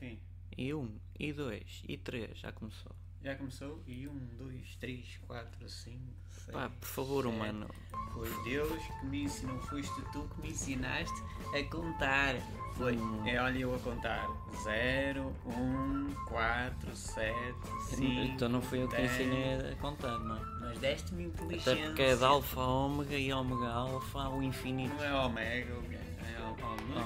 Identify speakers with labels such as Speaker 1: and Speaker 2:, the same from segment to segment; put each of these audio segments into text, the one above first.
Speaker 1: Sim.
Speaker 2: E um, e dois, e três, já começou.
Speaker 1: Já começou? E um, dois, três, quatro, cinco, seis.
Speaker 2: Pá, por favor,
Speaker 1: sete.
Speaker 2: humano.
Speaker 1: Foi Deus que me ensinou, foste tu que me ensinaste a contar. Foi.
Speaker 2: Hum.
Speaker 1: É, olha eu a contar. Zero, um, quatro, sete, cinco.
Speaker 2: Então não fui eu que
Speaker 1: Hum. dez.
Speaker 2: ensinei a contar, não é?
Speaker 1: Mas deste-me inteligência.
Speaker 2: Até porque é de alfa a ômega e ômega a alfa ao infinito.
Speaker 1: Não é ômega, é ó- ômega.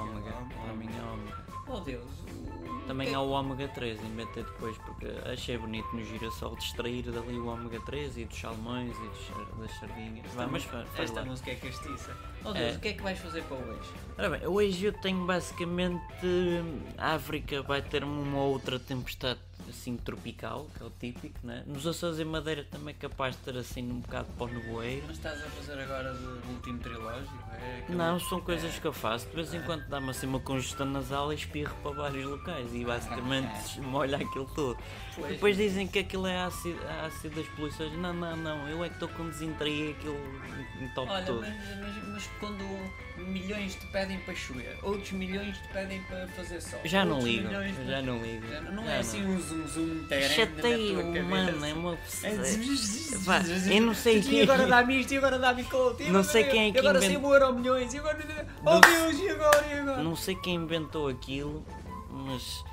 Speaker 2: Ômega,
Speaker 1: ó-
Speaker 2: para mim é ômega.
Speaker 1: Oh Deus. o- é
Speaker 2: Também há o ômega 3, inventei depois porque achei bonito no girassol distrair dali o ômega 3 e dos salmões e dos sar- das sardinhas. Vá, mas fa- faz
Speaker 1: Esta
Speaker 2: lá.
Speaker 1: música é castiça. Oh Deus,
Speaker 2: É.
Speaker 1: o que é que vais fazer para hoje?
Speaker 2: Ora bem, hoje eu tenho basicamente. hum, A África vai ter uma outra tempestade assim tropical, que é o típico, né? Nos Açores e Madeira também é capaz de ter assim um bocado para o nevoeiro.
Speaker 1: Mas estás a fazer agora do, do último trilógico? É aquele-
Speaker 2: Não, são coisas que eu faço. De vez em quando dá-me assim uma congestão nasal e espirro para vários locais e basicamente molha aquilo todo.
Speaker 1: Pois.
Speaker 2: Depois dizem que aquilo é ácido, ácido das poluições. Não, não, não, eu é que estou com desenteria e aquilo me toca
Speaker 1: Olha,
Speaker 2: todo.
Speaker 1: mas, mas- mas quando milhões te pedem para chover, outros milhões te pedem para fazer sol.
Speaker 2: Já não
Speaker 1: outros
Speaker 2: ligo,
Speaker 1: milhões te-
Speaker 2: já não ligo.
Speaker 1: Já não, não
Speaker 2: Já
Speaker 1: é assim um zoom zoom terreno na tua
Speaker 2: Chateio,
Speaker 1: cabeça.
Speaker 2: mano, é uma Vá,
Speaker 1: É...
Speaker 2: eu não sei
Speaker 1: E
Speaker 2: quem-
Speaker 1: agora dá-me isto, e agora dá-me aquilo. e
Speaker 2: Não
Speaker 1: agora
Speaker 2: sei
Speaker 1: eu-
Speaker 2: quem é
Speaker 1: e
Speaker 2: que
Speaker 1: Agora
Speaker 2: inventa-
Speaker 1: sei o euro milhões, e agora. Oh
Speaker 2: Não-
Speaker 1: Deus, e agora? E agora?
Speaker 2: Não sei quem inventou aquilo, mas.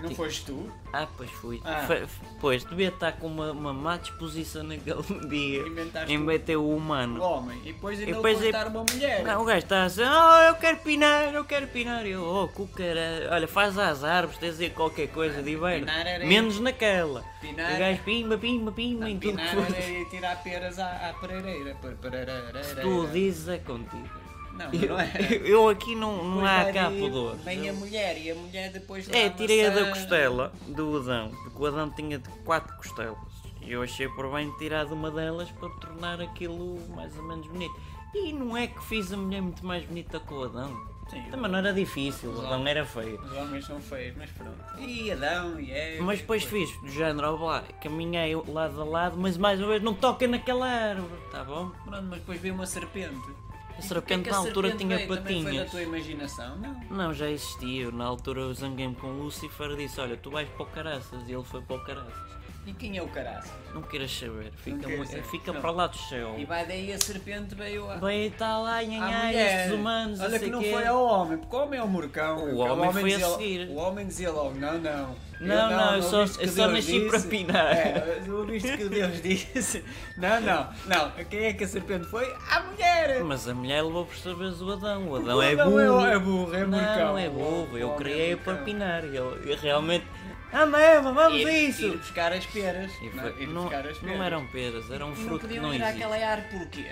Speaker 1: não foste tu?
Speaker 2: Ah, pois fui.
Speaker 1: Ah.
Speaker 2: Fe- f- Pois, devia estar com uma, uma má disposição naquele dia.
Speaker 1: Inventaste um
Speaker 2: Em vez de ter o
Speaker 1: o
Speaker 2: humano.
Speaker 1: homem, e depois ainda
Speaker 2: depois
Speaker 1: depois
Speaker 2: é-
Speaker 1: contar uma mulher.
Speaker 2: Não, o gajo está assim, oh, eu quero pinar, eu quero pinar. E Eu, oh, cucara, olha, faz às árvores, tens aí qualquer coisa, diverte.
Speaker 1: Ah, pinar era-
Speaker 2: Menos naquela.
Speaker 1: Pinar- Ah,
Speaker 2: O gajo pimba, pimba, pimba, em tudo que
Speaker 1: Pinar
Speaker 2: for.
Speaker 1: era ir tirar peras à, à pereira. Per- pereira-
Speaker 2: Se tu o dizes, é contigo.
Speaker 1: Não,
Speaker 2: Eu,
Speaker 1: não é.
Speaker 2: eu aqui não, não há
Speaker 1: Cuidar
Speaker 2: cá
Speaker 1: e
Speaker 2: pudor.
Speaker 1: Vem a mulher e a mulher depois dá
Speaker 2: É,
Speaker 1: a
Speaker 2: tirei-a
Speaker 1: maçã.
Speaker 2: da costela do Adão, porque o Adão tinha de quatro costelas. E eu achei por bem tirar de uma delas para tornar aquilo mais ou menos bonito. E não é que fiz a mulher muito mais bonita que o Adão.
Speaker 1: Sim.
Speaker 2: Também não era difícil, o Adão era feio.
Speaker 1: Os homens são feios, mas pronto. E Adão, e Eva.
Speaker 2: Mas depois fiz, do género, ó, lá, caminhei lado a lado, mas mais uma vez não toca naquela árvore, tá bom?
Speaker 1: Pronto, mas depois veio uma serpente.
Speaker 2: A
Speaker 1: Porquê
Speaker 2: serpente
Speaker 1: que
Speaker 2: na
Speaker 1: a
Speaker 2: altura
Speaker 1: serpente
Speaker 2: tinha
Speaker 1: veio? Também Foi da
Speaker 2: patinhas.
Speaker 1: tua imaginação, não?
Speaker 2: Não, já existia. Eu, Na altura eu zanguei-me com o Lucifer e disse, olha, tu vais para o Caraças. E ele foi para o Caraças.
Speaker 1: E quem é o caraço?
Speaker 2: Não queiras saber, fica,
Speaker 1: quero
Speaker 2: mu-
Speaker 1: saber.
Speaker 2: fica
Speaker 1: Não.
Speaker 2: para lá do céu.
Speaker 1: E vai daí a serpente veio a.
Speaker 2: Bem, está lá, nhanhá,
Speaker 1: mulher.
Speaker 2: estes humanos,
Speaker 1: Olha
Speaker 2: não
Speaker 1: que
Speaker 2: sei
Speaker 1: não
Speaker 2: quê.
Speaker 1: foi ao homem, porque o homem é um murcão.
Speaker 2: O
Speaker 1: O
Speaker 2: homem foi a
Speaker 1: dizia-
Speaker 2: seguir.
Speaker 1: O homem dizia logo: não, não. Eu
Speaker 2: Não, não, eu só-
Speaker 1: viste que
Speaker 2: eu só
Speaker 1: Deus
Speaker 2: nasci para
Speaker 1: disse.
Speaker 2: pinar.
Speaker 1: É, eu visto que Deus disse: não, não, não. Quem é que a serpente foi? A mulher!
Speaker 2: Mas a mulher levou por saberes o Adão. O Adão,
Speaker 1: O
Speaker 2: é
Speaker 1: Adão
Speaker 2: burro.
Speaker 1: é- é burro, é
Speaker 2: Não,
Speaker 1: burcão.
Speaker 2: é burro.
Speaker 1: O
Speaker 2: Eu
Speaker 1: homem é
Speaker 2: criei
Speaker 1: burcão.
Speaker 2: para pinar. E ele- e realmente... Ah, mesmo, vamos a
Speaker 1: Ir-
Speaker 2: isso!
Speaker 1: Ir buscar as peras.
Speaker 2: E
Speaker 1: não,
Speaker 2: foi-
Speaker 1: ir
Speaker 2: não,
Speaker 1: buscar as
Speaker 2: não
Speaker 1: peras.
Speaker 2: eram peras, eram um
Speaker 1: E não
Speaker 2: fruto que
Speaker 1: podiam
Speaker 2: não
Speaker 1: ir
Speaker 2: existe.
Speaker 1: àquela ar porquê?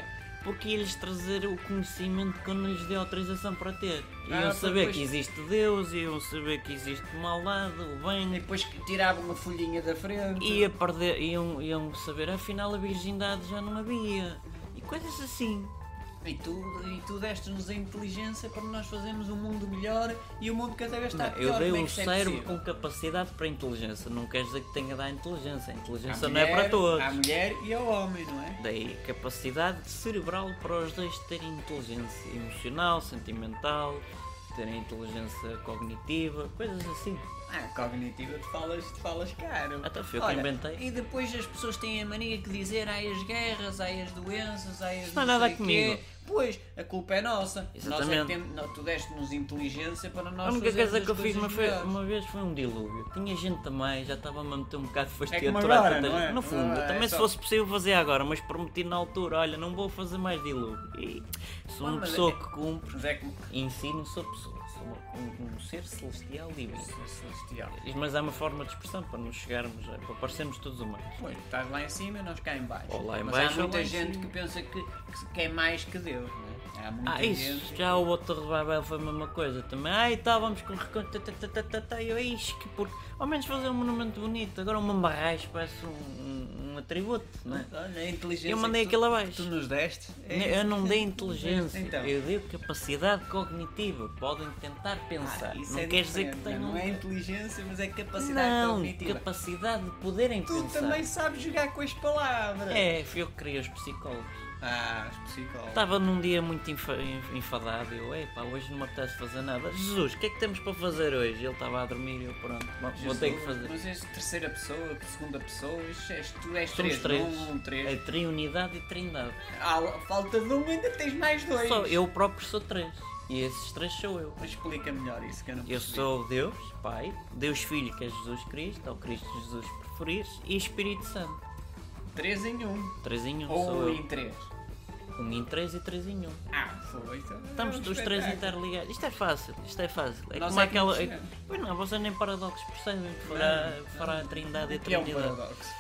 Speaker 2: Porque ia-lhes trazer o conhecimento que eu não lhes dei autorização para ter.
Speaker 1: Ah,
Speaker 2: Iam
Speaker 1: pois,
Speaker 2: saber
Speaker 1: pois.
Speaker 2: que existe Deus, iam saber que existe o maldade, o bem,
Speaker 1: E depois que tiravam uma folhinha da frente.
Speaker 2: ia perder, iam, iam saber, afinal a virgindade já não havia. E coisas assim.
Speaker 1: E tu, e tu deste-nos a inteligência para nós fazermos um mundo melhor e o mundo cada vez está
Speaker 2: Não,
Speaker 1: pior.
Speaker 2: eu dei
Speaker 1: Como é
Speaker 2: um
Speaker 1: que isso é
Speaker 2: cérebro
Speaker 1: possível?
Speaker 2: com capacidade para inteligência. Não quer dizer que tenha de dar inteligência. A
Speaker 1: À
Speaker 2: inteligência não é para todos.
Speaker 1: À mulher e ao homem, não é?
Speaker 2: Dei capacidade cerebral para os dois terem inteligência emocional, sentimental, terem inteligência cognitiva, coisas assim.
Speaker 1: Ah, cognitiva, tu falas, tu falas caro.
Speaker 2: Até foi Ah, então eu que
Speaker 1: Olha,
Speaker 2: inventei.
Speaker 1: E depois as pessoas têm a mania que dizer ai as guerras, ai as doenças, ai as
Speaker 2: não há nada
Speaker 1: sei
Speaker 2: comigo.
Speaker 1: Quê. Pois, a culpa é nossa. Nós é
Speaker 2: Exatamente.
Speaker 1: que temos, não, tu deste-nos inteligência para nós
Speaker 2: A única coisa
Speaker 1: fazermos
Speaker 2: que eu
Speaker 1: as
Speaker 2: fiz uma,
Speaker 1: coisas
Speaker 2: fe-
Speaker 1: melhores.
Speaker 2: uma vez foi um dilúvio. Tinha gente também, já estava-me a meter um bocado de
Speaker 1: É como
Speaker 2: fastidio
Speaker 1: agora,
Speaker 2: tantas-
Speaker 1: não é?
Speaker 2: No fundo,
Speaker 1: Ah, é
Speaker 2: também se
Speaker 1: só-
Speaker 2: fosse possível fazer agora, mas prometi na altura, olha, não vou fazer mais dilúvio. E sou
Speaker 1: Ah,
Speaker 2: uma
Speaker 1: mas
Speaker 2: pessoa
Speaker 1: é-
Speaker 2: que cumpre,
Speaker 1: Mas é que
Speaker 2: e em si não sou pessoa, sou uma- um, um ser celestial divino.
Speaker 1: celestial.
Speaker 2: Mas há uma forma de expressão para nos chegarmos, a- para parecermos todos humanos.
Speaker 1: Pois, estás lá em cima e nós cá em baixo.
Speaker 2: Ou lá em
Speaker 1: Mas
Speaker 2: baixo
Speaker 1: há
Speaker 2: ou lá
Speaker 1: muita
Speaker 2: em
Speaker 1: gente
Speaker 2: cima.
Speaker 1: que pensa que, que, que é mais que Deus, não é? Há muita
Speaker 2: Ah, isso,
Speaker 1: gente.
Speaker 2: já o outro revival foi a mesma coisa também. Ah, e tal, vamos com reconto. tá, tá, tá, tá, tá, Eu, ixi, que por... Ao menos fazer um monumento bonito. Agora uma barragem parece um, um, um atributo, não é?
Speaker 1: Olha, a inteligência
Speaker 2: Eu mandei
Speaker 1: que tu,
Speaker 2: aquilo
Speaker 1: que tu
Speaker 2: abaixo.
Speaker 1: nos deste. é
Speaker 2: Eu não dei inteligência,
Speaker 1: Então.
Speaker 2: eu dei capacidade cognitiva. Podem tentar pensar.
Speaker 1: Ah, isso
Speaker 2: não
Speaker 1: é
Speaker 2: quer dizer que
Speaker 1: diferente,
Speaker 2: tenham. um
Speaker 1: Não é inteligência, mas é capacidade
Speaker 2: Não,
Speaker 1: cognitiva.
Speaker 2: capacidade de poderem
Speaker 1: Tu
Speaker 2: pensar.
Speaker 1: também sabes jogar com as palavras.
Speaker 2: É, fui eu que criei os psicólogos.
Speaker 1: Ah, és psicólogo.
Speaker 2: Estava num dia muito enfa- enf- enfadado e eu, epá, hoje não me apetece fazer nada. Jesus, o que é que temos para fazer hoje? Ele estava a dormir e eu, pronto, vou- vou ter que
Speaker 1: Jesus,
Speaker 2: fazer.
Speaker 1: Mas és terceira pessoa, segunda pessoa, isto és, tu és
Speaker 2: Somos
Speaker 1: três,
Speaker 2: três.
Speaker 1: não um, três.
Speaker 2: É triunidade e trindade.
Speaker 1: Ah, falta de um, ainda tens mais dois.
Speaker 2: Só eu próprio sou três. E esses três sou eu.
Speaker 1: Mas explica melhor isso que eu não
Speaker 2: Eu
Speaker 1: percebi.
Speaker 2: sou Deus, Pai, Deus Filho, que é Jesus Cristo, ou Cristo Jesus se preferires, e Espírito Santo.
Speaker 1: Três em um.
Speaker 2: Três em um
Speaker 1: Ou
Speaker 2: sou
Speaker 1: um
Speaker 2: eu.
Speaker 1: em três.
Speaker 2: Um em três e três em um.
Speaker 1: Ah, foi. Então,
Speaker 2: Estamos
Speaker 1: é um
Speaker 2: os três
Speaker 1: espetáculo.
Speaker 2: interligados. Isto é fácil, isto é fácil. É
Speaker 1: Nós
Speaker 2: como
Speaker 1: é que não
Speaker 2: aquela. é-
Speaker 1: percebemos.
Speaker 2: Pois não, vocês nem paradoxos percebem. Fará, fará a Trindade e a
Speaker 1: Que é um
Speaker 2: Trindade.
Speaker 1: paradoxo.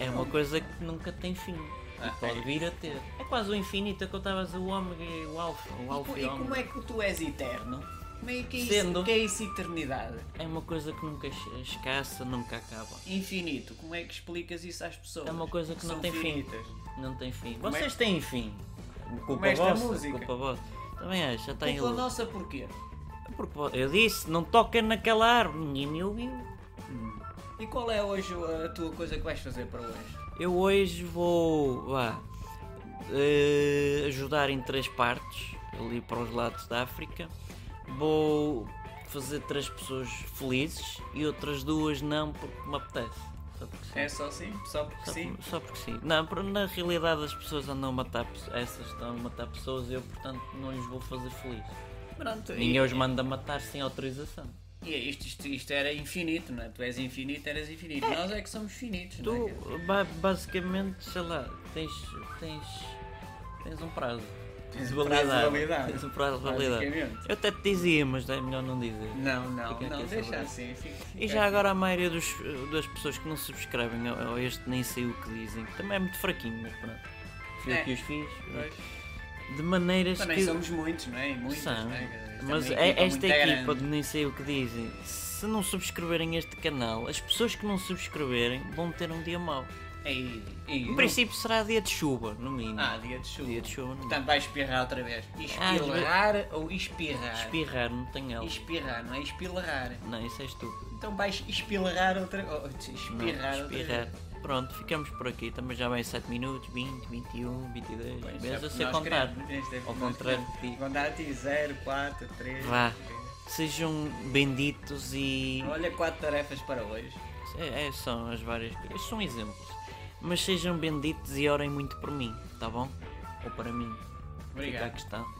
Speaker 2: É, uma coisa que nunca tem fim. E
Speaker 1: Ah,
Speaker 2: pode
Speaker 1: é.
Speaker 2: vir a ter. É quase o infinito, é que eu estava a dizer o ômega e o alfa. O
Speaker 1: E, co-
Speaker 2: alfa e
Speaker 1: e
Speaker 2: o
Speaker 1: como
Speaker 2: ômega.
Speaker 1: é que tu és eterno? Como é que é isso,
Speaker 2: um- Sendo.
Speaker 1: que é isso eternidade?
Speaker 2: É uma coisa que nunca es- escassa, nunca acaba.
Speaker 1: Infinito. Como é que explicas isso às pessoas?
Speaker 2: É uma coisa que não
Speaker 1: são
Speaker 2: tem fim.
Speaker 1: finitas?
Speaker 2: Não tem fim.
Speaker 1: Como é-
Speaker 2: Vocês têm fim. Culpa
Speaker 1: esta
Speaker 2: vossa,
Speaker 1: música.
Speaker 2: culpa vossa. Também acho, já tem
Speaker 1: Culpa
Speaker 2: ilusão.
Speaker 1: nossa porquê?
Speaker 2: Porque vo- eu disse, não toquem naquela árvore, ninguém me ouviu.
Speaker 1: E qual é hoje a tua coisa que vais fazer para hoje?
Speaker 2: Eu hoje vou vá, eh, ajudar em três partes, ali para os lados da África. Vou fazer três pessoas felizes e outras duas não porque me apetece. Só porque sim.
Speaker 1: É só assim? Só porque
Speaker 2: Só,
Speaker 1: sim?
Speaker 2: por- só porque sim. Não, por- na realidade as pessoas andam a matar pessoas, essas estão a matar pessoas e eu portanto não lhes vou fazer feliz.
Speaker 1: Pronto,
Speaker 2: Ninguém os manda matar sem autorização.
Speaker 1: E é isto, isto, isto era infinito, não é? Tu és infinito, eras infinito. Nós é que somos finitos, não
Speaker 2: Tu
Speaker 1: é?
Speaker 2: ba- basicamente, sei lá, tens. tens. tens um prazo.
Speaker 1: Tens um prazo de validade.
Speaker 2: Tens um prazo de validade.
Speaker 1: Basicamente.
Speaker 2: Eu até te dizia, mas é melhor não dizer.
Speaker 1: Não, não,
Speaker 2: Fica aqui
Speaker 1: não,
Speaker 2: essa
Speaker 1: deixa
Speaker 2: verdade.
Speaker 1: assim. Fica, fica
Speaker 2: E já
Speaker 1: aqui.
Speaker 2: agora a maioria dos, das pessoas que não subscrevem a a este nem sei o que dizem, que também é muito fraquinho, mas pronto. Fui
Speaker 1: É.
Speaker 2: eu que os fiz.
Speaker 1: Pois.
Speaker 2: De maneiras
Speaker 1: Também
Speaker 2: que.
Speaker 1: somos muitos, não é? E Muitos,
Speaker 2: São,
Speaker 1: não é? Isto
Speaker 2: mas
Speaker 1: é
Speaker 2: é-
Speaker 1: uma equipa
Speaker 2: esta
Speaker 1: muito
Speaker 2: equipa de
Speaker 1: grande.
Speaker 2: nem sei o que dizem, se não subscreverem este canal, as pessoas que não subscreverem vão ter um dia mau.
Speaker 1: Ei, ei,
Speaker 2: Em
Speaker 1: não-
Speaker 2: Um princípio será dia de chuva, no mínimo.
Speaker 1: é Ah, dia de chuva.
Speaker 2: Dia de chuva, não. é? Ah,
Speaker 1: Portanto, vai espirrar outra vez. Espirrar ou espirrar?
Speaker 2: Espirrar não tem L.
Speaker 1: Espirrar, não é espirrar.
Speaker 2: Não, isso é estúpido.
Speaker 1: Então vais espirrar outra oh,
Speaker 2: Não,
Speaker 1: Espirrar outra
Speaker 2: espirrar.
Speaker 1: vez.
Speaker 2: Pronto, ficamos por aqui. Estamos já bem 7 minutos, 20, 21, 22.
Speaker 1: Pois,
Speaker 2: Mas
Speaker 1: é
Speaker 2: eu sei
Speaker 1: nós
Speaker 2: contar.
Speaker 1: queremos, este é
Speaker 2: Ao
Speaker 1: nós
Speaker 2: contrário
Speaker 1: queremos.
Speaker 2: de ti.
Speaker 1: Contar a ti 0, 4, 3.
Speaker 2: Vá. Sejam benditos e.
Speaker 1: Olha, quatro tarefas para hoje.
Speaker 2: É, é, são as várias coisas. Estes são exemplos. Mas sejam benditos e orem muito por mim, tá bom? Ou para mim. Fica a
Speaker 1: Obrigado.
Speaker 2: questão.